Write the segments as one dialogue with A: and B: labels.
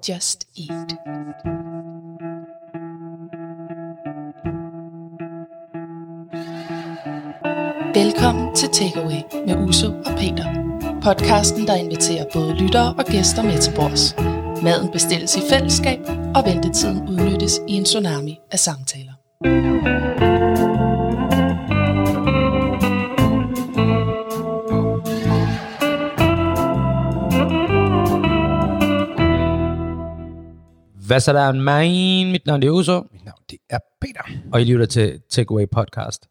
A: Just Eat. Velkommen til Takeaway med Uso og Peter. Podcasten, der inviterer både lyttere og gæster med til bords. Maden bestilles i fællesskab, og ventetiden udnyttes i en tsunami af samtaler.
B: Hvad så der, man? Mit navn det er Uso,
C: Mit navn, det er Peter.
B: og I lytter til Takeaway Podcast.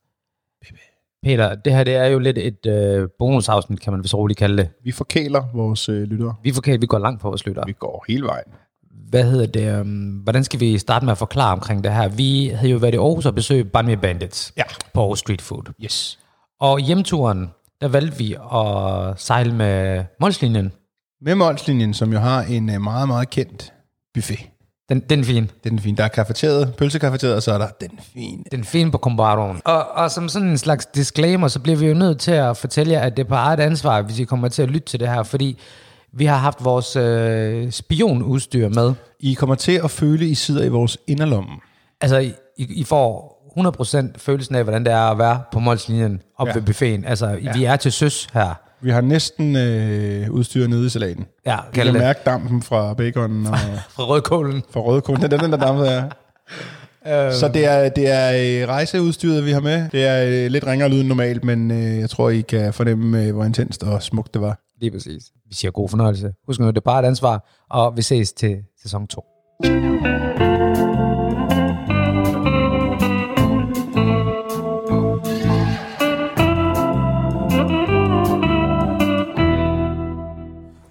B: Peter, det her det er jo lidt et øh, bonusafsnit, kan man vist roligt kalde det.
C: Vi forkæler vores øh, lyttere.
B: Vi, forkert, vi går langt på vores lytter.
C: Vi går hele vejen.
B: Hvad hedder det? Øh, hvordan skal vi starte med at forklare omkring det her? Vi havde jo været i Aarhus og besøgt Bunny Bandits
C: Ja.
B: på Aarhus Street Food.
C: Yes.
B: Og hjemturen, der valgte vi at sejle med Molslinjen.
C: Med Molslinjen, som jo har en øh, meget, meget kendt buffet.
B: Den, den er fin.
C: Den er fin. Der er kafeteret, pølsekafeteret, og så er der den fine.
B: Den er fin på Combaroen. Og, og som sådan en slags disclaimer, så bliver vi jo nødt til at fortælle jer, at det er på eget ansvar, hvis I kommer til at lytte til det her, fordi vi har haft vores øh, spionudstyr med.
C: I kommer til at føle, I sidder i vores inderlommen.
B: Altså, I, I får 100% følelsen af, hvordan det er at være på Molslinjen op ja. ved buffeten. Altså, ja. vi er til søs her.
C: Vi har næsten øh, udstyr nede i salaten.
B: Ja,
C: Vi kan
B: kalde det.
C: mærke dampen fra baconen og
B: Fra rødkålen.
C: fra rødkålen. Den, er den der dampede er. Så det er, det er øh, rejseudstyret, vi har med. Det er øh, lidt ringere lyd end normalt, men øh, jeg tror, I kan fornemme, øh, hvor intenst og smukt det var.
B: Lige præcis. Vi siger god fornøjelse. Husk nu, det er bare et ansvar, og vi ses til sæson 2.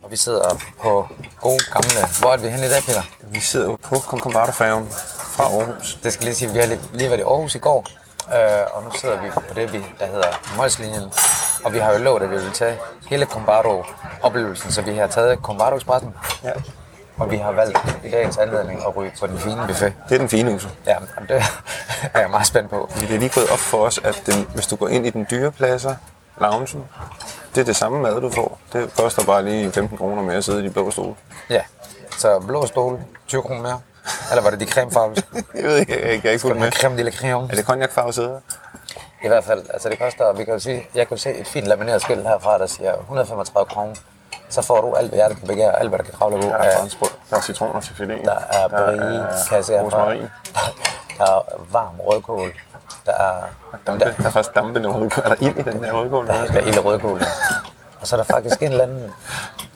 D: Og vi sidder på gode gamle... Hvor er vi henne i dag, Peter?
E: Vi sidder jo på Concombardo-færgen fra Aarhus.
D: Det skal lige sige, at vi har lige, lige været i Aarhus i går, øh, og nu sidder vi på det, vi, der hedder Molslinjen. Og vi har jo lovet, at vi vil tage hele Combardo-oplevelsen, så vi har taget combardo ekspressen
E: Ja.
D: og vi har valgt i dagens anledning at ryge på den fine buffet.
E: Det er den fine hus.
D: Ja, og det er jeg meget spændt på.
E: Det er lige gået op for os, at den, hvis du går ind i den dyre pladser, loungen, det er det samme mad, du får. Det koster bare lige 15 kroner mere at sidde i de blå stole.
D: Ja, så blå stol, 20 kroner mere. Eller var det de cremefarvede?
E: Jeg ved ikke, jeg, jeg, jeg er ikke fuldt med.
D: Med creme de la creme.
E: Er det konjakfarve sæder?
D: I hvert fald, altså det koster, vi kan jo sige, jeg kan jo se et fint lamineret skilt herfra, der siger 135 kroner. Så får du alt, hvad hjertet kan begære, alt, hvad der kan kravle på.
E: Der er
D: af-
E: franskbrød. Der er citroner til filet. øh,
D: der er brie, kasse herfra.
E: rosmarin.
D: Der er varm rødkål. Der er,
E: Dampe. Der er faktisk dampende rødkål. Er der ild i den der rødkål?
D: der er helt ild i rødkål. Og så er der faktisk en eller anden,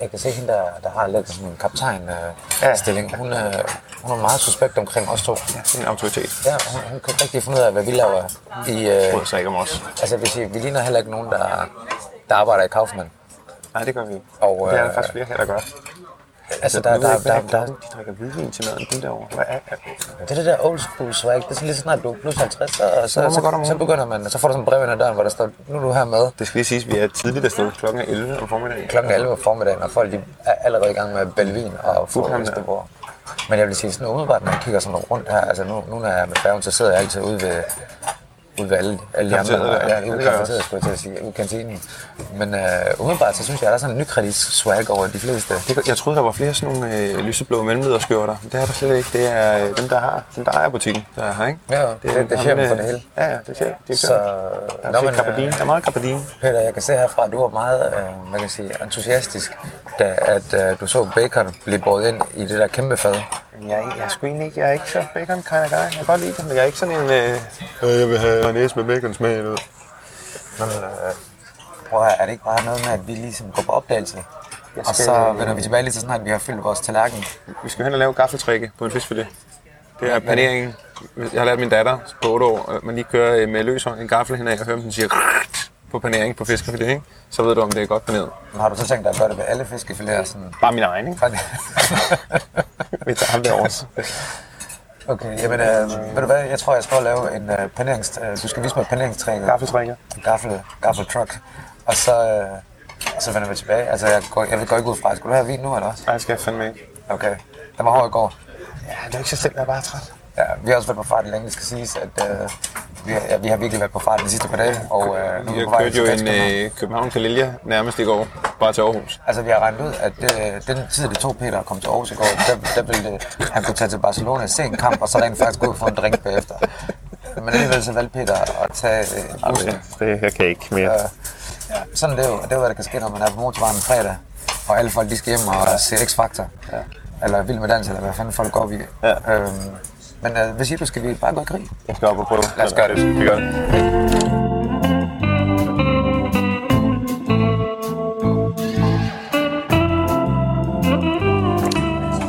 D: jeg kan se hende, der, der har lidt sådan en
E: Ja.
D: kaptajn-stilling. hun, er, hun er meget suspekt omkring os to.
E: Det er en autoritet.
D: Ja, hun, hun kan ikke rigtig finde ud af, hvad vi laver i... Øh,
E: Brød sig ikke om os.
D: altså, hvis I, vi ligner heller ikke nogen, der, der arbejder i Kaufmann.
E: Nej, det gør vi ikke.
D: Og,
E: det er der
D: øh,
E: faktisk flere her, der gør.
D: Altså, der, der, der, der, der,
E: de drikker hvidvin til maden, dem derovre. Hvad er det?
D: det er det der old school swag. Det er sådan lige så snart du er plus 50, så, så,
E: må man
D: så,
E: godt om
D: så, så
E: morgenen.
D: begynder man, så får du sådan en brev ind ad døren, hvor der står, nu er du her med.
E: Det skal lige siges, at vi er tidligt afsted klokken er 11 om formiddagen.
D: Klokken er 11 om formiddagen, og folk de er allerede i gang med Belvin og
E: Fuldt ham, ja.
D: Fulhamsborg. Men jeg vil sige, sådan umiddelbart, når jeg kigger sådan rundt her, altså nu, nu når jeg er med færgen, så sidder jeg altid ude ved, ude ved alle, alle de andre.
E: Kafeteriet, ja,
D: Ja,
E: det
D: ude
E: gør
D: i
E: jeg
D: kafeteriet,
E: også.
D: skulle jeg til at sige, ude i kantinen. Men øh, umiddelbart, så synes jeg, at der er sådan en nykredit swag over de fleste.
E: Det, kan- jeg troede, der var flere sådan nogle øh, lyseblå mellemlederskjorter. Det er der slet ikke. Det er øh, dem, der har, dem, der ejer butikken, der er her, ikke?
D: Ja, det er- det er
E: ham,
D: chefen for
E: øh,
D: det hele.
E: Ja, ja, det er chefen. Det er
D: Så,
E: så, der er,
D: nå, men,
E: men, Carpadine.
D: øh,
E: der er meget Carpadine.
D: Peter, jeg kan se herfra, at du var meget øh, hvad kan jeg sige, entusiastisk, da at, øh, du så bacon blive båret ind i det der kæmpe fad.
E: Men jeg, er ikke- jeg, er sgu egentlig ikke, jeg er ikke så bacon kind of guy. Jeg kan godt lide det, men jeg er ikke sådan en... Øh, øh, jeg vil have mayonnaise med bacon smag, ved.
D: Men, øh, prøv at høre, er det ikke bare noget med, at vi ligesom går på opdagelse?
E: Jeg
D: Og
E: skal-
D: så vender vi tilbage lige så snart, vi har fyldt vores tallerken.
E: Vi skal hen og lave gaffeltrække på en fiskfilet. Det er paneringen. Jeg har lært min datter på 8 år, at man lige kører øh, med løs hånd en gaffel henad og hører, om den siger "Rrrt" på panering på fiskefilet, ikke? Så ved du, om det er godt paneret.
D: Men har du så tænkt dig at gøre det ved alle fiskefiléer? Sådan?
E: Bare min egen, ikke? Vi tager ham derovre.
D: okay, jamen, øh, ved du hvad, jeg tror, jeg skal prøve at lave en øh, panerings... Øh, du skal vise mig paneringstrækket.
E: Gaffeltrækker.
D: Gaffel, gaffel truck. Og så, øh, og så vender vi tilbage. Altså, jeg går, jeg går ikke ud fra, skulle du have vin nu, eller hvad?
E: Nej, det skal jeg fandme ikke.
D: Okay, den var hård i går.
E: Ja, det er ikke så slemt, jeg er bare træt.
D: Ja, vi har også været på fart længe, det skal siges, at øh, Vi, har- ja, vi har virkelig været på fart de sidste par dage, og øh, nu er vi
E: Jeg
D: på vej
E: kørte jo
D: til
E: en
D: København.
E: øh, København til Lilja nærmest i går, bare til Aarhus.
D: Altså, vi har regnet ud, at øh, den tid, det tog Peter at komme til Aarhus i går, der, der ville øh, han kunne tage til Barcelona, se en kamp, og så rent faktisk gå ud og få en drink bagefter. Men alligevel så valgte Peter at tage øh, bussen.
F: Det, jeg kan ikke mere.
D: Øh, sådan er det jo, og det er jo, hvad der kan ske, når man er på motorvejen en fredag, og alle folk de skal hjem og se X-Factor, ja. eller Vild med Dans, eller hvad fanden folk går op i.
F: Ja.
D: Øhm, men øh, hvad siger du, skal vi bare gå i krig?
F: Jeg skal op og prøve.
D: Lad os gøre det.
F: Vi gør det.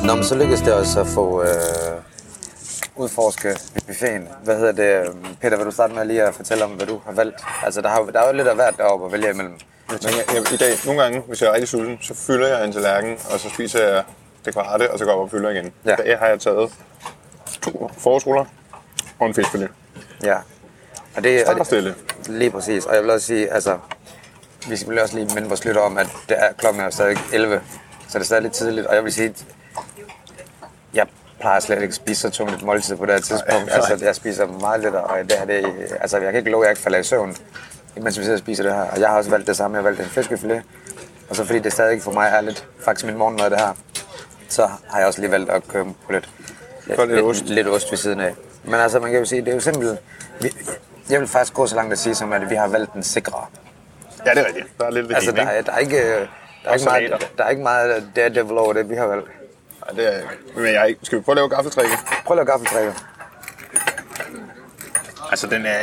D: Nå, men så lykkedes det også at få øh, udforske buffeten. Hvad hedder det? øh, Peter, vil du starte med lige at fortælle om, hvad du har valgt? Altså, der, har, jo- der er jo lidt af hvert deroppe at vælge imellem.
E: Men jeg, jeg, I dag, nogle gange, hvis jeg er rigtig sulten, så fylder jeg en tallerken, og så spiser jeg det kvarte, og så går jeg op og fylder igen.
D: Ja.
E: Ja. I dag har jeg taget to forårsruller og en fiskfilet.
D: Ja. Og det,
E: Start og stille.
D: Lige præcis. Og jeg vil også sige, altså, vi skal vel også lige minde vores lytter om, at det er, klokken er jo stadig 11, så det er stadig lidt tidligt. Og jeg vil sige, jeg plejer slet ikke at spise så tungt et måltid på det her tidspunkt. Altså, jeg spiser meget lidt, og det her, det, altså, jeg kan ikke love, at jeg ikke falder i søvn, mens vi sidder og spiser det her. Og jeg har også valgt det samme. Jeg har valgt en fiskefilet. Og så fordi det stadig for mig er lidt faktisk min morgenmad, det her, så har jeg også lige valgt at købe på lidt,
E: For lidt ost.
D: lidt ost ved siden af. Men altså, man kan jo sige, det er jo simpelthen... Vi, jeg vil faktisk gå så langt at sige, som at vi har valgt den sikre.
E: Ja, det er rigtigt. Der er lidt ved
D: Altså,
E: altså,
D: der
E: ikke?
D: er, der er ikke... øh, Der
E: Og
D: er, ikke meget,
E: salater.
D: der er ikke meget daredevil over det, vi har valgt.
E: Nej, det er, men jeg er ikke. Skal vi prøve at lave gaffeltrækket?
D: Prøv at lave gaffeltrækker.
E: Altså, den er...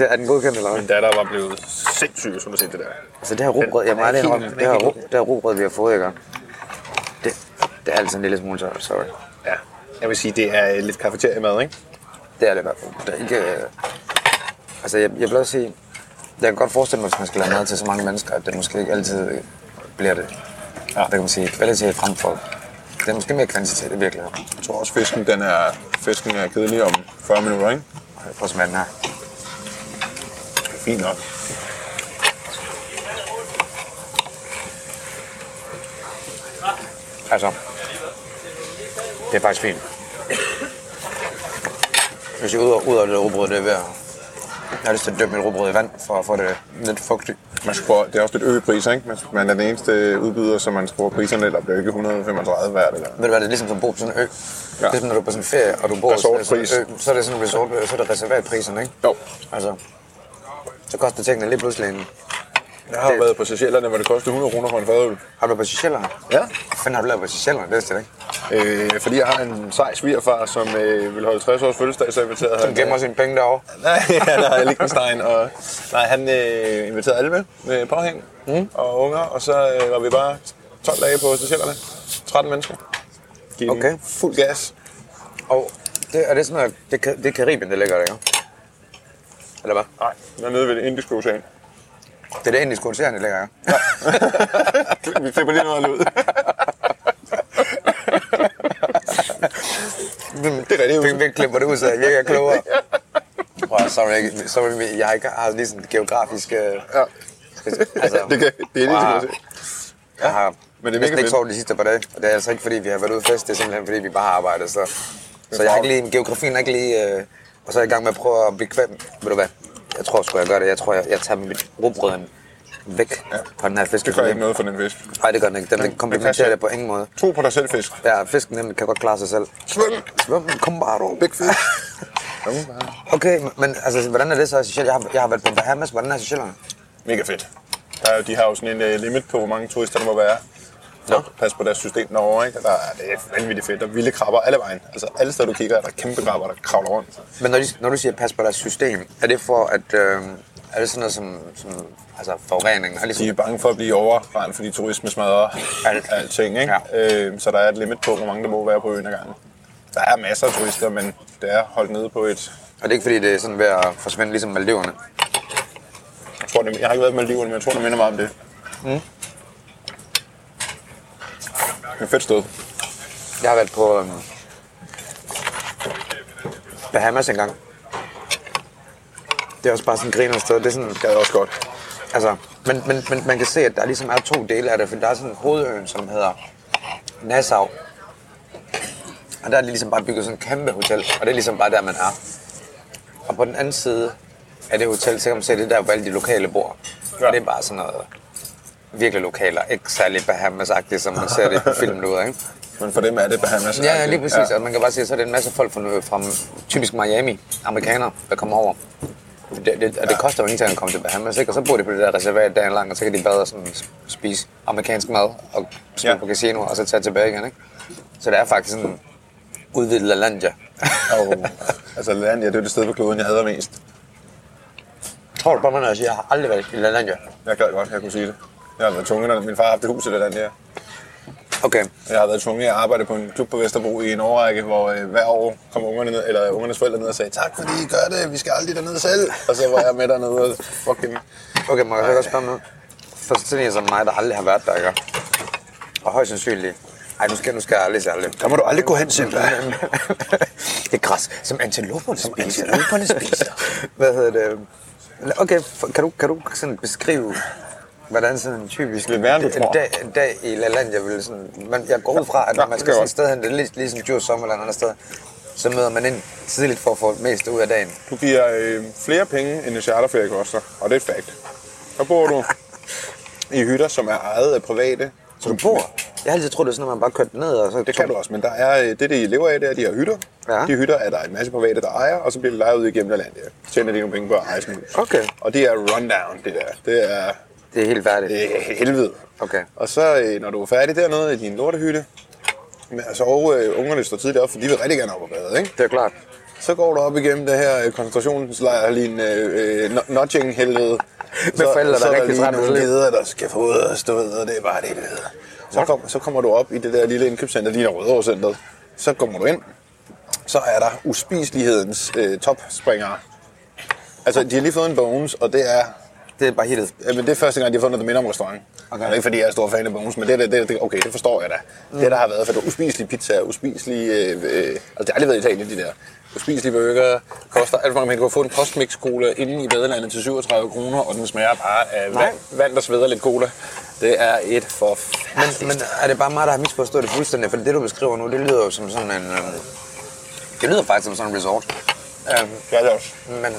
D: Er den godkendt eller hvad?
E: Min datter var blevet sindssyg, hvis hun har set det der.
D: Altså det her rugbrød, jeg må ærligt
E: helt-
D: indrømme,
E: den
D: det
E: er
D: her,
E: helt
D: rug, det her rugbrød, vi har fået i gang, det, det er altså en lille smule tørt, sorry.
E: Ja. Jeg vil sige, det er lidt kafeteriemad, ikke?
D: Det er det i hvert fald. Der er ikke, øh, altså jeg, jeg vil også sige, jeg kan godt forestille mig, hvis man skal lave mad til så mange mennesker, at det måske ikke altid øh, bliver det. Ja. Der kan man sige, kvalitet frem for. Det er måske mere kvantitet i virkeligheden.
E: Jeg tror også, fisken, den er, fisken er kedelig om 40 minutter, ikke?
D: Prøv at smage den her.
E: Fint nok.
D: Altså, det er faktisk fint. Hvis jeg ud og, ud og det rugbrød, det er ved at... Jeg har lyst til at døbe mit rugbrød i vand, for at få det lidt fugtigt.
E: Man skruer, det er også lidt øgepriser, ikke? Man- Man er den eneste udbyder, så man skruer priserne lidt op. Det er jo ikke 135 hvert. Eller.
D: Ved du hvad, det er ligesom som at bo på sådan en ø. Ja.
E: Ja.
D: Ligesom når du er på sådan en ferie, og du bor på sådan
E: Resortpris.
D: en ø, så er det sådan en resort, så er det reservatpriserne, ikke?
E: Jo.
D: Altså, så koster tingene lige pludselig en...
E: Jeg har jo været på Seychellerne, hvor det kostede 100 kroner for en fadøl.
D: Har du været på Seychellerne?
E: Ja.
D: Hvad fanden har du lavet på Seychellerne? Det vidste jeg da ikke.
E: Øh, fordi jeg har en sej svigerfar, som øh, vil holde 60 års fødselsdag, så inviterede han...
D: Som gemmer sine penge derovre.
E: Nej, han har Lichtenstein, og nej, han øh, inviterede alle med, med påhæng mm. og unger, og så øh, var vi bare 12 dage på Seychellerne. 13 mennesker. Gik
D: Okay.
E: den Fuld gas.
D: Og det, er det sådan noget... Det, er Ka- det er Karibien, det ligger der, ikke? Eller hvad?
E: Nej, jeg er nede ved det indiske ocean.
D: Det er det indiske ocean, det ligger, ikke?
E: vi klipper lige noget af ud.
D: Det er rigtigt. Vi klipper det ud, så jeg virker klogere. Prøv, at- sorry, jeg, sorry, jeg har ikke har lige sådan et geografisk... øh,
E: Ja.
D: Altså,
E: Det kan- det er det,
D: wow.
E: det kan jeg
D: Jeg har
E: men
D: men det
E: det er mega
D: næsten ikke
E: fedt.
D: sovet de sidste par dage. Og det er altså ikke, fordi vi har været ude fest. Det er simpelthen, fordi vi bare har arbejdet. Så, så jeg har ikke lige... Geografien er ikke lige... Øh, og så er jeg i gang med at prøve at blive kvæm. Ved du hvad? Jeg tror sgu, jeg gør det. Jeg tror, jeg, jeg tager mit rugbrøden væk ja. fra den her fisk.
E: Det gør ikke noget for den fisk.
D: Nej, det gør den ikke. Den, den
E: Den-
D: komplementerer
E: den
D: det
E: kan
D: på ingen måde.
E: Tro på dig selv, fisk.
D: Ja, fisken nemlig kan godt klare sig selv.
E: Svøm!
D: Svøm, kom bare du.
E: Big fish. Kom bare.
D: Okay, men altså, hvordan er det så i Seychellerne? Jeg har, jeg har været på Bahamas. Hvordan er Seychellerne?
E: Mega fedt. Der er, jo- de har jo sådan en øh, limit på, hvor mange turister der må være.
D: Nå.
E: Nå. Pas på deres system derovre, ikke? Der er, det er vanvittigt fedt. Der er vilde krabber alle vejen. Altså alle steder, du kigger, er der kæmpe krabber, der kravler rundt.
D: Men når, de, når du siger pas på deres system, er det for at... Øh, er det sådan noget som, som altså forurening? Er ligesom,
E: De er bange for at blive overrendt, fordi turisme smadrer
D: Alt.
E: alt. alting. Ikke? Ja. Øh, så der er et limit på, hvor mange der må være på øen ad gangen. Der er masser af turister, men det er holdt nede på et...
D: Og det er ikke fordi, det er sådan ved at forsvinde ligesom Maldiverne.
E: Jeg, tror, det, jeg har ikke været med livet, men jeg tror, det minder meget om det. Mm. Det er fedt sted.
D: Jeg har været på øh, Bahamas engang. Det er også bare sådan griner sted. Det er sådan,
E: Gad også godt.
D: altså, men, men, men, man kan se, at der ligesom er to dele af det, for der er sådan hovedøen, som hedder Nassau. Og der er det ligesom bare bygget sådan et kæmpe hotel, og det er ligesom bare der, man er. Og på den anden side af det hotel, så kan man se det der, hvor alle de lokale bor. Ja. Og det er bare sådan noget virkelig lokaler, ikke særlig Bahamas-agtigt, som man ser det på filmen ud, ikke?
E: Men for dem er det Bahamas.
D: Ja, lige præcis. Ja. Og man kan bare se, så er det en masse folk fra, fra typisk Miami, amerikanere, der kommer over. Det, det, og det koster jo ingenting at komme til Bahamas, ikke? Og så bor de på det der reservat dagen lang, og så kan de bade og sådan spise amerikansk mad og spille
E: Ja.
D: ja. på casino, og så tage tilbage igen, ikke? Så det er faktisk sådan udvidet LaLandia.
E: Og, altså Landia, det er det sted på kloden, jeg hader mest.
D: Tror du bare, man siger, jeg har aldrig været i LaLandia?
E: Jeg gad godt, at jeg kunne sige det. Jeg har været tunge, når min far har haft et hus i det der.
D: Okay.
E: Jeg har været tvunget til at arbejde på en klub på Vesterbro i en årrække, hvor øh, hver år kom ungerne ned, eller ungernes forældre ned og sagde, tak fordi I gør det, vi skal aldrig dernede selv. Og så var jeg med dernede og fucking...
D: Okay, må jeg så godt spørge om noget? For sådan en som mig, der aldrig har været der, ikke? Og højst sandsynligt. Ej, nu skal, nu skal jeg aldrig særlig.
E: Der må du aldrig gå hen, Simba.
D: det er græs, som antiloperne som spiser. Antiloperne spiser. Hvad hedder det? Okay, for- kan du, kan du sådan beskrive, hvordan sådan en typisk
E: Lidt værre, end du
D: en,
E: tror.
D: dag, en dag i La Landia vil sådan... Man, jeg går ud fra, at
E: Ja,
D: når man
E: det
D: skal
E: gør
D: sådan
E: jeg
D: et sted hen, det er lig- ligesom Djurs Sommer eller et andet sted, så møder man ind tidligt for at få mest ud af dagen.
E: Du giver øh, flere penge, end en charterferie koster, og det er et fact. Så bor du i hytter, som er ejet af private.
D: Så du bor? Jeg har altid troet, det er sådan, at man bare kørte ned og så...
E: Det kan du også, men der er, øh, det, de lever af, det er, de har hytter.
D: Ja.
E: De hytter er der en masse private, der ejer, og så bliver det lejet ud igennem landet. Ja. Tjener de nogle penge på at eje sådan et hus.
D: Okay.
E: Og det er rundown, det der. Det er,
D: Det er helt værdigt.
E: det er helvede.
D: Okay.
E: Og så, øh, når du er færdig dernede i din lortehytte, med, altså, og øh, ungerne står tidligt op, for de vil rigtig gerne op og bade, ikke?
D: Det er klart.
E: Så går du op igennem det her øh, koncentrationslejr, lige en øh, øh, no- nudging-helvede.
D: Med forældre, der
E: så, så
D: er
E: er der
D: rigtig
E: lige
D: trætte af
E: nogle
D: livet.
E: ledere, der skal få ud og stå ud, og det er bare det, det hedder. Så, kom, så kommer du op i det der lille indkøbscenter, lige der Rødovrecenteret. Så kommer du ind. Så er der uspiselighedens øh, topspringere. Altså, de har lige fået en bones, og det er
D: Det er bare hittet.
E: Jamen, det er første gang, de har fundet, der minder om restaurant. Okay. Det er ikke, fordi jeg er stor fan af Bones, men det, det, det, det, okay, det forstår jeg da. Mm. Det, der har været for det uspiselige pizza, uspiselige... Øh, øh, altså, det har aldrig været i Italien, de der. Uspiselige burger koster alt for mange penge. Du kan få en postmix cola inde i badelandet til 37 kroner, og den smager bare af vand, vand, der sveder lidt cola. Det er et forfærdeligt...
D: Men, men er det bare mig, der har misforstået det fuldstændig? For det, du beskriver nu, det lyder jo som sådan en... Øh, det lyder faktisk som sådan en resort. Øh,
E: Ja, det er også.
D: men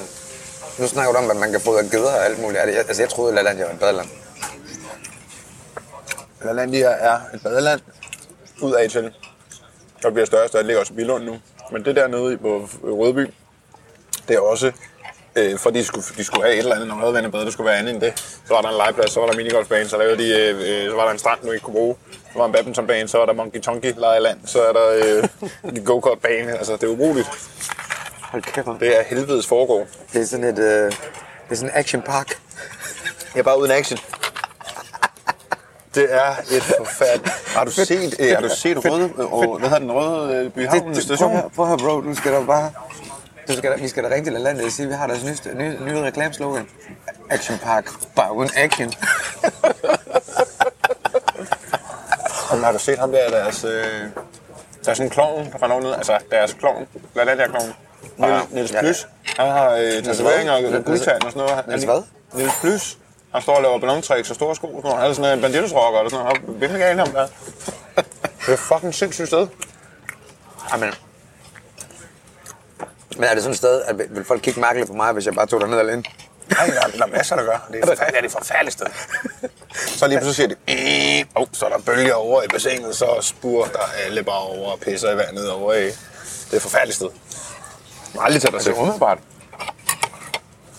D: nu snakker du om, at man kan fodre geder og alt muligt. Er det, altså, jeg troede, at Lalandia var et badeland.
E: Lalandia er et badeland ud af til. Der bliver større og større. Det ligger også i Billund nu. Men det der nede i- på Rødby, det er også, øh, fordi de skulle, de skulle have et eller andet, når man havde vandet bade, det skulle være andet end det. Så var der en legeplads, så var der minigolfbane, så, lavede de, øh, øh, så var der en strand, du ikke kunne bruge. Så var der en badmintonbane, så var der monkey tonky lejeland, så er der øh, en go-kart-bane. Altså, det er ubrugeligt.
D: Hold kæft, man.
E: Det er helvedes foregå.
D: det er sådan et... Øh, det er sådan en action park.
E: Jeg er bare uden action. Det er et forfærdeligt... Har du set, øh, har du set røde, øh, hvad hedder den røde øh, byhavn
D: Det, det, prøv, at høre- prøv at høre, bro. Nu skal der bare... Du skal da, vi skal da ringe til Lalandia og sige, at vi har deres nye, nye, nye reklameslogan. Action Park. Bare uden action.
E: Jamen, har du set ham der, deres... Øh, der er sådan en klovn fra Norge, altså deres klovn, blandt andet der klovn. Ah,
D: Ja.
E: Niels, Niels
D: Ja, ja.
E: Plys, han har øh, tatoveringer
D: hvad?
E: og guldtand og sådan noget.
D: Niels
E: Han-
D: hvad?
E: Niels Plys. Han står og laver ballontræks og store sko og sådan noget. Han er sådan en banditosrocker eller sådan noget. Hvem er galt ham der? Det er fucking sindssygt sted.
D: Amen. Men er det sådan et sted, at vil folk kigge mærkeligt på mig, hvis jeg bare tog derned alene?
E: Nej, der, er- der er masser, der gør. Det er, forfærdeligt, det er et forfærdeligt sted. så lige pludselig siger de, "Øh, oh, så er der bølger over i bassinet, så spurter der alle bare over og pisser i vandet over i. Det er et forfærdeligt sted. Jeg må Aldrig tage
D: Altså,
E: dig til. Umiddelbart.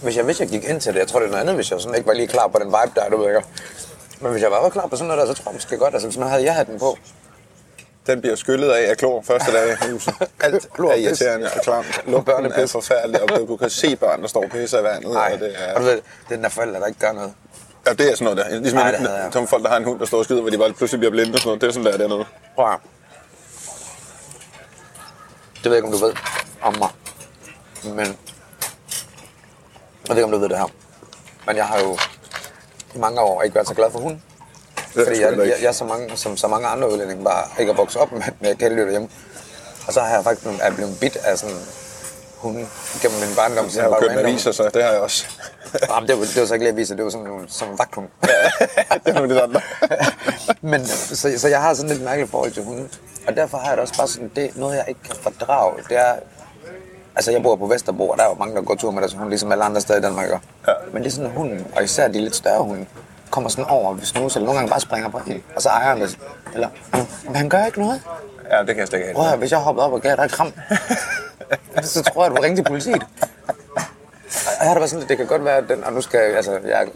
D: Hvis jeg vidste, jeg gik ind til det, jeg tror, det er noget andet, hvis jeg sådan ikke var lige klar på den vibe, der er, du ved ikke. Men hvis jeg bare var klar på sådan noget der, så tror jeg måske godt, altså hvis nu havde jeg haft den på.
E: Den bliver skyllet af af klor første dag i huset. Alt
D: Klor
E: er
D: og pis.
E: irriterende og klamt.
D: børn
E: Lugten
D: er
E: er
D: pis.
E: forfærdelig, og du- du kan se børn, der står og pisser i vandet.
D: Nej,
E: og det er...
D: og du ved, det er den der forældre, der ikke gør noget.
E: Ja, det er sådan noget der. Ligesom
D: Ej,
E: Ej,
D: det
E: det
D: hader jeg.
E: som folk, der har en hund, der står og skider, hvor de bare pludselig bliver blinde og sådan noget. Det er sådan der dernede.
D: Prøv at høre. Det ved jeg ikke, om du ved om mig. Men jeg ved ikke, om du ved det her. Men jeg har jo i mange år ikke været så glad for hunden.
E: Det er
D: Fordi
E: sgu
D: jeg,
E: heller ikke.
D: jeg, jeg så mange, som så mange andre udlændinge bare ikke har vokset op med, med kæledyr derhjemme. Og så har jeg faktisk blevet, er blevet bit af sådan hunde gennem min barndom. så
E: Jeg har jo
D: bare
E: købt en
D: random-
E: aviser, så det har jeg også.
D: Jamen, det, var, det var så ikke lige aviser, det var sådan nogle, som en vagthund.
E: det er nogle af de andre.
D: Men, så, så jeg har sådan lidt mærkeligt forhold til hunde. Og derfor har jeg det også bare sådan, det er noget, jeg ikke kan fordrage. Det er Altså, jeg bor på Vesterbro, og der er jo mange, der går tur med deres hund, ligesom alle andre steder i Danmark. Ja. Men det er sådan, at hunden, og især de lidt større hunde, kommer sådan over, hvis nogen eller nogle gange bare springer på en, og så ejer han det. Eller, men han gør ikke noget.
E: Ja, det kan jeg slet ikke
D: Prøv at
E: have.
D: høre, hvis jeg hoppede op og gav dig et kram, så tror jeg, at du ringe til politiet. Og jeg har det bare sådan, lidt, det kan godt være, at den, og nu skal jeg, altså, jeg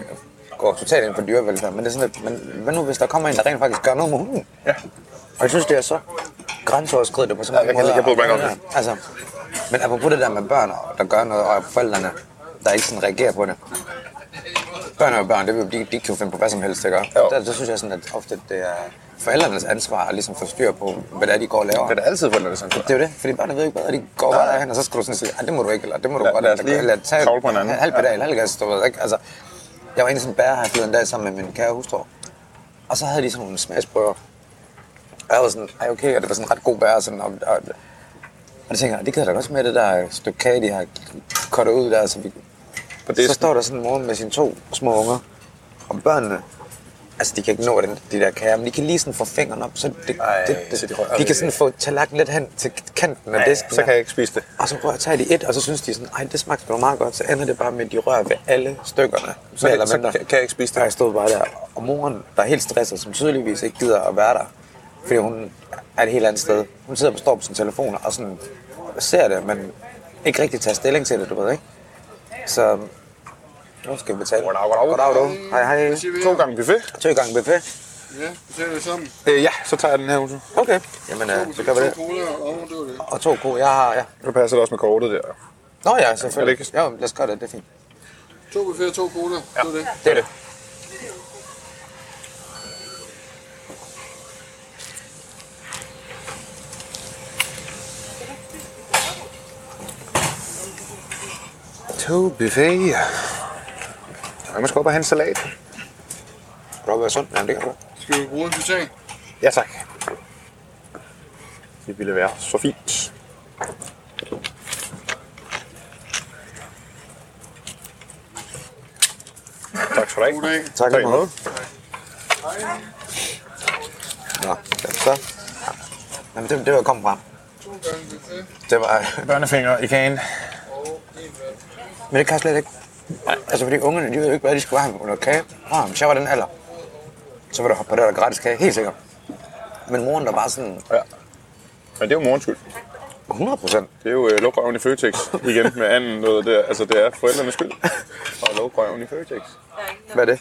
D: går totalt ind for dyrevelfærd, men det er sådan, at, men hvad nu, hvis der kommer en, der rent faktisk gør noget med hunden? Ja. Og jeg synes, det er så grænseoverskridende på så mange
E: jeg kan- jeg bryder mig ikke om
D: Altså, men apropos det der med børn, og der gør noget, og forældrene, der ikke sådan reagerer på det. Børn er jo børn, det vil de, de kan jo finde på hvad som helst, ikke?
E: Jo.
D: Der, der, synes jeg sådan, at ofte det er forældrenes ansvar at ligesom få styr på, hvad det er, de går og laver.
E: Det er da altid forældrenes ansvar.
D: Altså, Det er jo det, fordi børnene ved ikke bedre. De går bare derhen, og så skal du sådan sige, "Ej, det må du ikke, eller det må du
E: Lad-
D: godt,
E: lad os
D: eller,
E: lige
D: eller tag
E: kravle på hinanden."
D: halv
E: Ja.
D: pedal, halv gas, du ved, ikke? Altså, jeg var inde i sådan en bære her forleden dag sammen med min kære hustru, og så havde de sådan nogle smagsprøver. Og jeg var sådan, ej okay, og det var sådan en ret god bære, sådan, og, og, og jeg tænker, jeg, det kan jeg da godt smage det der stykke kage, de har kottet ud der, så vi...
E: På
D: så
E: disken.
D: står der sådan en mor med sine to små unger, og børnene, altså de kan ikke nå den, de der kager, men de kan lige sådan få fingeren op, så det,
E: Ej,
D: det,
E: så de
D: det,
E: rører
D: de kan
E: ved
D: sådan
E: det.
D: få tallerkenen lidt hen til kanten af
E: Ja,
D: disken.
E: så
D: der.
E: kan jeg ikke spise det.
D: Og så prøver jeg at tage det et, og så synes de sådan, ej, det smagte sgu meget godt. Så ender det bare med, at de rører ved alle stykkerne.
E: Så- så kan- kan jeg ikke spise det.
D: Og jeg stod bare der. Og moren, der er helt stresset, som tydeligvis ikke gider at være der, fordi hun er et helt andet sted. Hun sidder og står på sin telefon og sådan ser det, men ikke rigtig tager stilling til det, du ved, ikke? Så nu skal vi betale.
E: Goddag, goddag.
D: Goddag, du. Hej, hej.
E: To gange buffet.
D: Tøj gang buffet.
F: Ja, så er det sammen.
E: Øh, ja, så tager jeg den her uge.
D: Okay. Jamen, øh, så gør vi det.
F: Cola og det var det.
D: Og to ko, jeg har, ja.
E: Nu passer det også med kortet der.
D: Nå ja,
E: Er
D: selvfølgelig.
E: det
D: Jo, lad os gøre det, det er fint.
F: To buffet og to cola. Ja. Det var det.
D: Det er det.
E: To buffet. Så man skal op og have en salat.
D: Kan du være sund? Jamen, det kan du godt.
F: Skal vi bruge en kvittering?
E: Ja, tak. Det ville være så fint. Tak skal du have.
F: God dag.
D: Tak
E: Tak i måde.
D: Nå, så. Jamen, det, det var kommet frem.
F: To gange buffet
D: Det var,
E: Børnefinger i kagen.
F: og en vand.
D: men det kan jeg slet ikke. Altså, fordi ungerne, de ved jo ikke, hvad de skulle have under kage. Ah, hvis jeg var den alder, så var der hoppe på det der gratis kage, helt sikkert. Men moren, der var sådan
E: Ja. Men det er jo morens skyld.
D: 100 procent.
E: Det er jo øh, lukrøven i Føtex igen med anden noget der. Altså, det er forældrenes skyld. Og lukrøven i Føtex.
D: Hvad er det?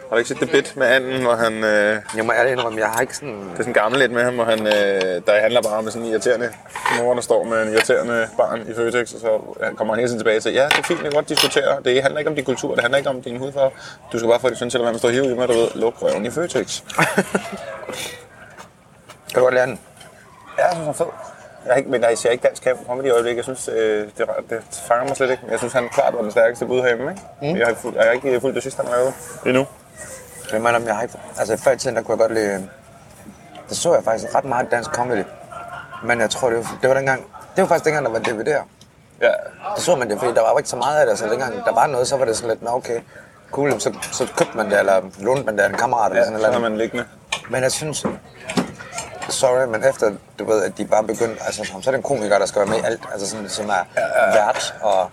E: Har du ikke set det bit med anden, hvor han... Øh,
D: Jeg må ærligt indrømme, jeg har ikke sådan...
E: det er sådan gammel lidt med ham, hvor han... Øh, der handler bare med sådan en irriterende mor, der står med en irriterende barn i Føtex. Og så øh, kommer han hele tiden tilbage til, ja, det er fint, vi kan godt diskutere. Det handler ikke om din kultur, det handler ikke om din hudfarve. Du skal bare få dit søn til at være med at stå og hive i mig, du ved. Lukrøven i Føtex.
D: Kan du godt lære den?
E: Ja, jeg synes, han er fed. Jeg har ikke, men jeg ser ikke dansk camp comedy i øjeblikket. Jeg synes, øh, det, det, fanger mig slet ikke. Jeg synes, han klart var den stærkeste bud herhjemme. Ikke? Mm. Jeg, har fuld, jeg har ikke fuldt det sidste, han lavede endnu.
D: Jeg mener, jeg har ikke... Altså, før i tiden, der kunne jeg godt lide... Der så jeg faktisk ret meget dansk comedy. Men jeg tror, det var, det var dengang... Det var faktisk dengang, der var DVD'er.
E: Ja,
D: Så så man det, fordi der var jo ikke så meget af det, så dengang der var noget, så var det sådan lidt, nå okay, cool, så, så købte man det, eller lånte man det af en kammerat, eller
E: ja
D: sådan
E: så
D: et eller
E: har
D: andet.
E: man liggende.
D: Men jeg synes, sorry, men efter, du ved, at de bare begyndte, altså som- så er det en komiker, der skal være med i alt, altså sådan, som er vært, og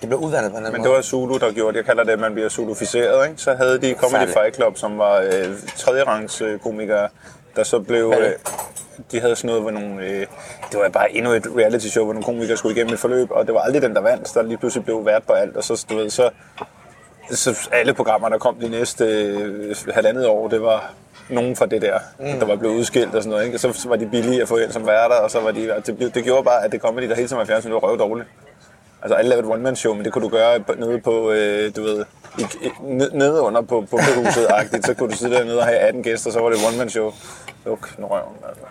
D: det blev udvandet på en eller anden
E: Men det
D: måde.
E: var Zulu, der gjorde det. Jeg kalder det, at man bliver zuluficeret. Ikke? Så havde de Comedy
D: Forfærdeligt.
E: Fight Club, som var øh, tredje rangs øh, komikere, der så blev...
D: er det?
E: Øh, de havde sådan noget, hvor nogle... Øh, det var bare endnu et reality show, hvor nogle komikere skulle igennem et forløb, og det var aldrig den, der vandt, der lige pludselig blev vært på alt, og så, du ved, så, så alle programmer, der kom de næste øh, halvandet år, det var nogen fra det der, mm. der var blevet udskilt og sådan noget. Ikke? Og så, så var de billige at få ind som værter, og så var de... og Det, blev- det gjorde bare, at det comedy, der hele tiden var i fjernsynet, det var røvdårligt. Altså alle lavede et one-man-show, men det kunne du gøre på- nede på, øh, du ved, i, i, ned- nede under på, på huset-agtigt. så kunne du sidde dernede og have 18 gæster, så var det et one-man-show. Luk nu røven, altså.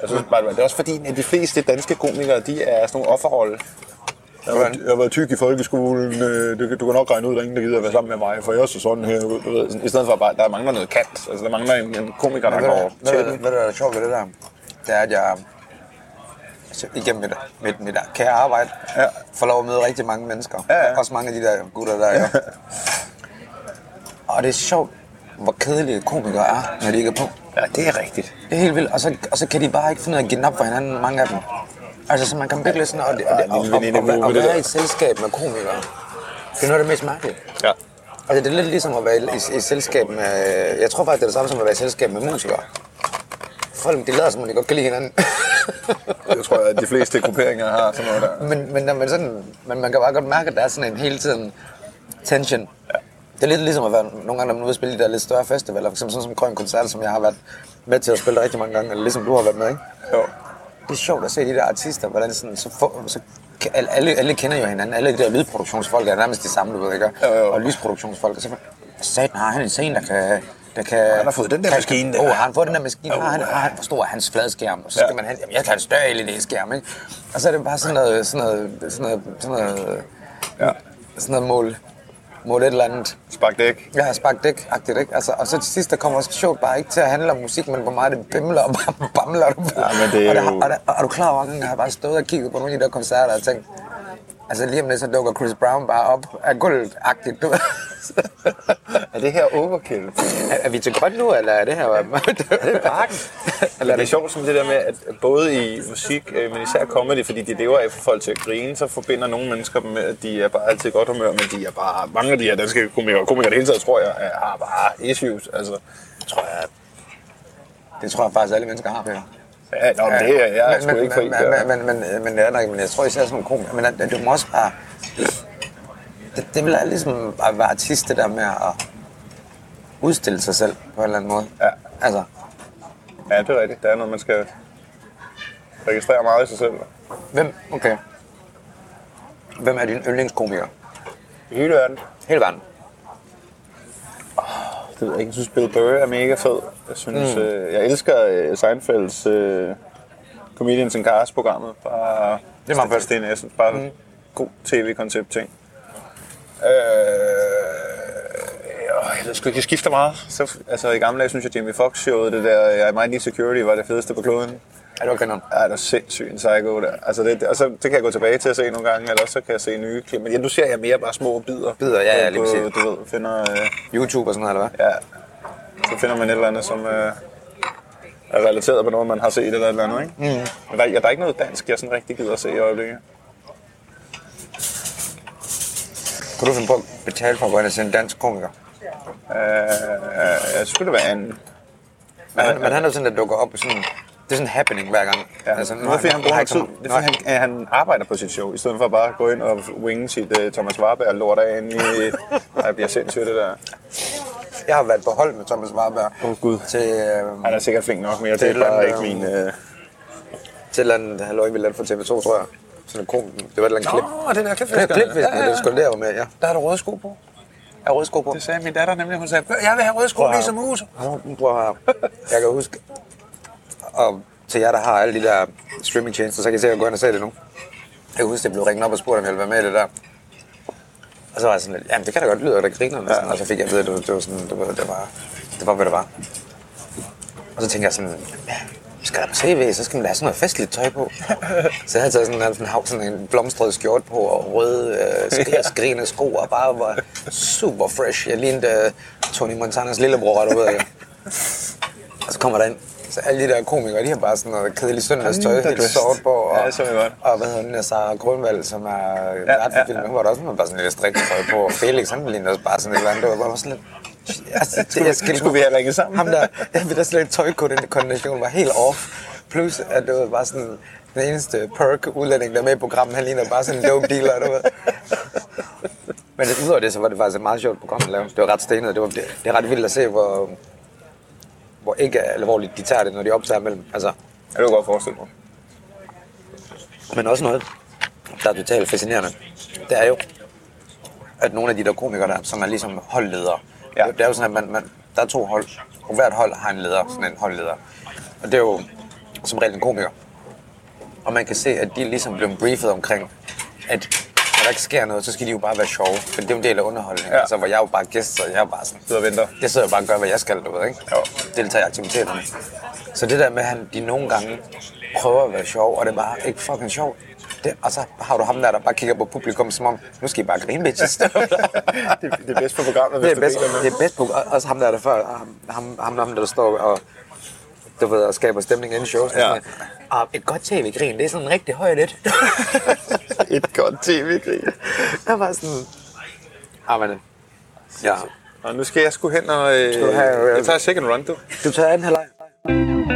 E: Jeg synes bare, det var- det er også fordi, at de fleste danske komikere, de er sådan nogle offerrolle. Jeg var, jeg var tyk i folkeskolen, øh, du, kan- du kan nok regne ud, der er ingen, der gider at være sammen med mig, for jeg er så sådan her, du ved. Sådan, I stedet for bare, der mangler noget kant. Altså, der mangler en, en komiker, der
D: Men ved
E: går
D: du-
E: til
D: Ved du,
E: den.
D: ved du, hvad der er sjovt ved det der? Det er, at jeg så igennem Altså, mit, mit, mit kære arbejde
E: Ja.
D: får lov at møde rigtig mange mennesker.
E: Ja, ja.
D: Også mange af de der gutter der, ja. Og det er sjovt, hvor kedelige komikere er, når de ikke er på.
E: Ja, det er rigtigt.
D: Det er helt vildt. Og så, og så kan de bare ikke finde ud af at give den op for hinanden, mange af dem. Altså, så man kan virkelig sådan, og, det, og, det, og,
E: Ej, min
D: og,
E: veninde
D: og, og,
E: Move,
D: og
E: det
D: være
E: der.
D: i et selskab med komikere, det er noget af det mest mærkelige.
E: Ja.
D: Altså, det er lidt ligesom at være i, i, i et selskab med... Jeg tror faktisk, det er det samme som at være i et selskab med musikere. Folk, de lader som om, de godt kan lide hinanden.
E: Jeg tror, at de fleste grupperinger har sådan noget der.
D: men, men, når man, sådan, men man kan bare godt mærke, at der er sådan en hele tiden tension. Ja. Det er lidt ligesom at være nogle gange, når man er ude og spille de der lidt større festivaler, for eksempel sådan som Grøn Koncert, som jeg har været med til at spille rigtig mange gange, eller ligesom du har været med, ikke?
E: Jo.
D: Det er sjovt at se de der artister, hvordan sådan, så, for, så alle, alle, alle kender jo hinanden. Alle de der lydproduktionsfolk er nærmest de samme, du ved ikke?
E: Jo, jo.
D: Og lysproduktionsfolk. Og så satan, har han en scene, der kan... Der kan han
E: har fået den der maskine der.
D: Åh, har han fået den der maskine? Har han, har han, hvor stor er hans fladskærm? Og så skal
E: Ja.
D: man have... Jamen, jeg kan have en større LED-skærm, ikke? Og så er det bare sådan noget... Sådan noget... Sådan noget... Sådan noget,
E: Ja.
D: sådan noget mål... Mål et eller andet.
E: Spark dæk.
D: Jeg har sparket dæk-agtigt, ikke? Altså, og så til sidst, der kommer også sjovt bare ikke til at handle om musik, men hvor meget det bimler og bare bamler. Du ved.
E: Ja, men det er
D: og, der,
E: jo-
D: og, der, og, er du klar over, at jeg har bare stået og kigget på nogle af de der koncerter og tænkt, altså lige om lidt, så dukker Chris Brown bare op af gulvet-agtigt. Du. ved.
E: Er det her overkill?
D: er, er, vi til grøn nu, eller er det her... er det parken?
E: Eller det er sjovt som det der med, at både i musik, øh, men især comedy, fordi de lever af at få folk til at grine, så forbinder nogle mennesker dem med, at de er bare altid i godt humør, men de er bare, mange af de her danske komikere, komikere det hele taget, tror jeg, er- har bare issues. Altså, tror jeg,
D: Det tror jeg faktisk, alle mennesker har, Peter.
E: ja, nå, men det er jeg er sgu ikke for en.
D: men,
E: der.
D: men, men, men, men, det er nok, men jeg tror især som komiker, men at, at du må også bare... Det, det vil ligesom at være artist, det der med at udstille sig selv på en eller anden måde.
E: Ja.
D: Altså,
E: Ja, det er rigtigt. Der er noget, man skal registrere meget i sig selv.
D: hvem, okay. Hvem er din yndlingskomiker?
E: I hele verden.
D: Hele verden.
E: Det ved jeg ikke. Jeg synes, Bill Burr er mega fed. Jeg synes, mm. øh, jeg elsker øh, Seinfelds øh, Comedians in Cars-programmet. Bare,
D: Det er meget fedt.
E: Det er næsten bare mm. god tv-koncept-ting. Øh, øh, jeg ved sgu ikke, jeg skifter meget. Så, altså, I gamle dage synes jeg, Jamie Foxx showet, det der I Might Need Security, var det fedeste på kloden.
D: Er du grineren?
E: Ja, det er sindssygt en psycho der. Altså, det, og så, det kan jeg gå tilbage til at se nogle gange, eller så kan jeg se nye klip. Men ja, nu ser jeg mere bare små bidder.
D: Bidder, ja, ja, lige
E: På-
D: præcis.
E: Du ved, finder... Øh,
D: YouTube og sådan noget, eller hvad?
E: Ja. Så finder man et eller andet, som øh, er relateret på noget, man har set eller et eller andet, ikke? Mm. Men der, ja, der er ikke noget dansk, jeg sådan rigtig gider at se i øjeblikket.
D: Kunne du finde på at betale for at gå ind og se en dansk komiker?
E: Øh, jeg skulle det være anden.
D: Men, han, men han er sådan, der dukker op i sådan... Det er sådan en happening hver gang.
E: Ja, altså, nu er fordi, han bruger
D: har
E: tid.
D: ikke så-
E: Det er, fordi, han, øh, han arbejder på sit show, i stedet for bare at gå ind og winge sit uh, Thomas Warberg lort af ind i... Ej, jeg bliver sindssygt, det der.
D: Jeg har været på hold med Thomas Warberg. Åh,
E: Åh, Gud.
D: Til, øh,
E: Han er sikkert flink nok, men jeg
D: Det er
E: tænker bare
D: et
E: ikke
D: eller
E: min...
D: andet,
E: Uh...
D: til et eller andet halløj, vi lavede for TV2, tror jeg. Sådan en kom, det var et eller andet klip.
E: den der
D: Det er klipfisk, ja, ja, ja. det skulle der jo med, ja. Der har du røde sko på. Jeg har røde sko på.
E: Det sagde min datter nemlig, hun sagde, jeg vil have røde sko
D: Prøv at-
E: ligesom hus.
D: Prøv- Prøv at høre. Jeg kan huske, og til jer, der har alle de der streamingtjenester, så kan I sikkert gå ind og se det nu. Jeg kan huske, at jeg blev ringet op og spurgt, om jeg ville være med i det der. Og så var jeg sådan lidt, jamen det kan da godt lyde, og der griner ja. sådan, og så fik jeg at vide, at det var, det var sådan, det var, det var, det var, hvad det var. Og så tænkte jeg sådan, ja, skal der på tv, så skal man da have sådan noget festligt tøj på. så jeg havde taget sådan, en- sådan, en, sådan en blomstret skjort på, og røde øh, skri- skrigende sko, og bare var super fresh. Jeg lignede øh, Tony Montanas lillebror, du ved. ikke? Og så kommer der ind, så alle de der komikere, de har bare sådan noget kedeligt søndagstøj,
E: Jamen, der
D: helt
E: bedst.
D: sort på. Og,
E: Ja, det så jeg godt.
D: og hvad hedder den der Sarah Grønvald, som er ja, ret for
E: ja,
D: filmen, hun var der også med bare sådan lidt strikketøj på, og Felix, han lignede også bare sådan et eller andet, der var bare sådan lidt... Altså, det,
E: Skulle- skulle vi have ringet sammen?
D: Ham der, jeg ved da slet ikke, tøjkoordinationen var helt off. Plus, at det var bare sådan, den eneste perk udlænding, der er med i programmet, han ligner bare sådan en dope dealer, du ved. Men udover det, så var det faktisk et meget sjovt program at lave. Det var ret stenet, det, var, det, det er ret vildt at se, hvor, hvor ikke alvorligt de tager det, når de optager mellem. Altså,
E: Ja, det kunne jeg godt forestille mig.
D: men også noget, der er totalt fascinerende, det er jo, at nogle af de der komikere der, som er ligesom holdledere, ja.
E: Ja.
D: det er jo sådan, at man, man, der er to hold, og hvert hold har en leder, sådan en holdleder. Og det er jo som regel en komiker. Og man kan se, at de ligesom blev briefet omkring, at når der ikke sker noget, så skal de jo bare være sjove. For det er jo en del af underholdningen. Ja.
E: Ja.
D: Altså, hvor jeg er jo bare gæst, så jeg er bare sådan...
E: Sidder og venter.
D: Jeg sidder bare og gør, hvad jeg skal, du ved, ikke?
E: Jo.
D: Deltager i aktiviteterne. Så det der med, at han, de nogle gange prøver at være sjov, og det er bare ikke fucking sjovt. Det, og så har du ham der, der bare kigger på publikum, som om, nu skal I bare grine, bitches. det,
E: det, det er bedst for programmet, hvis
D: det er bedst,
E: du deler med.
D: det er bedst på, og- også ham der, der før, ham, ham, ham, der, der står og du ved, og skaber stemning inden shows.
E: Ja.
D: Ja. Og et godt tv-grin, det er sådan rigtig højt et.
E: Et godt tv-grin.
D: Jeg var sådan... Ah, men... Ja,
E: Og nu skal jeg sgu hen og... Øh,
D: du have-
E: jeg tager second run, du.
D: du tager anden halvleg.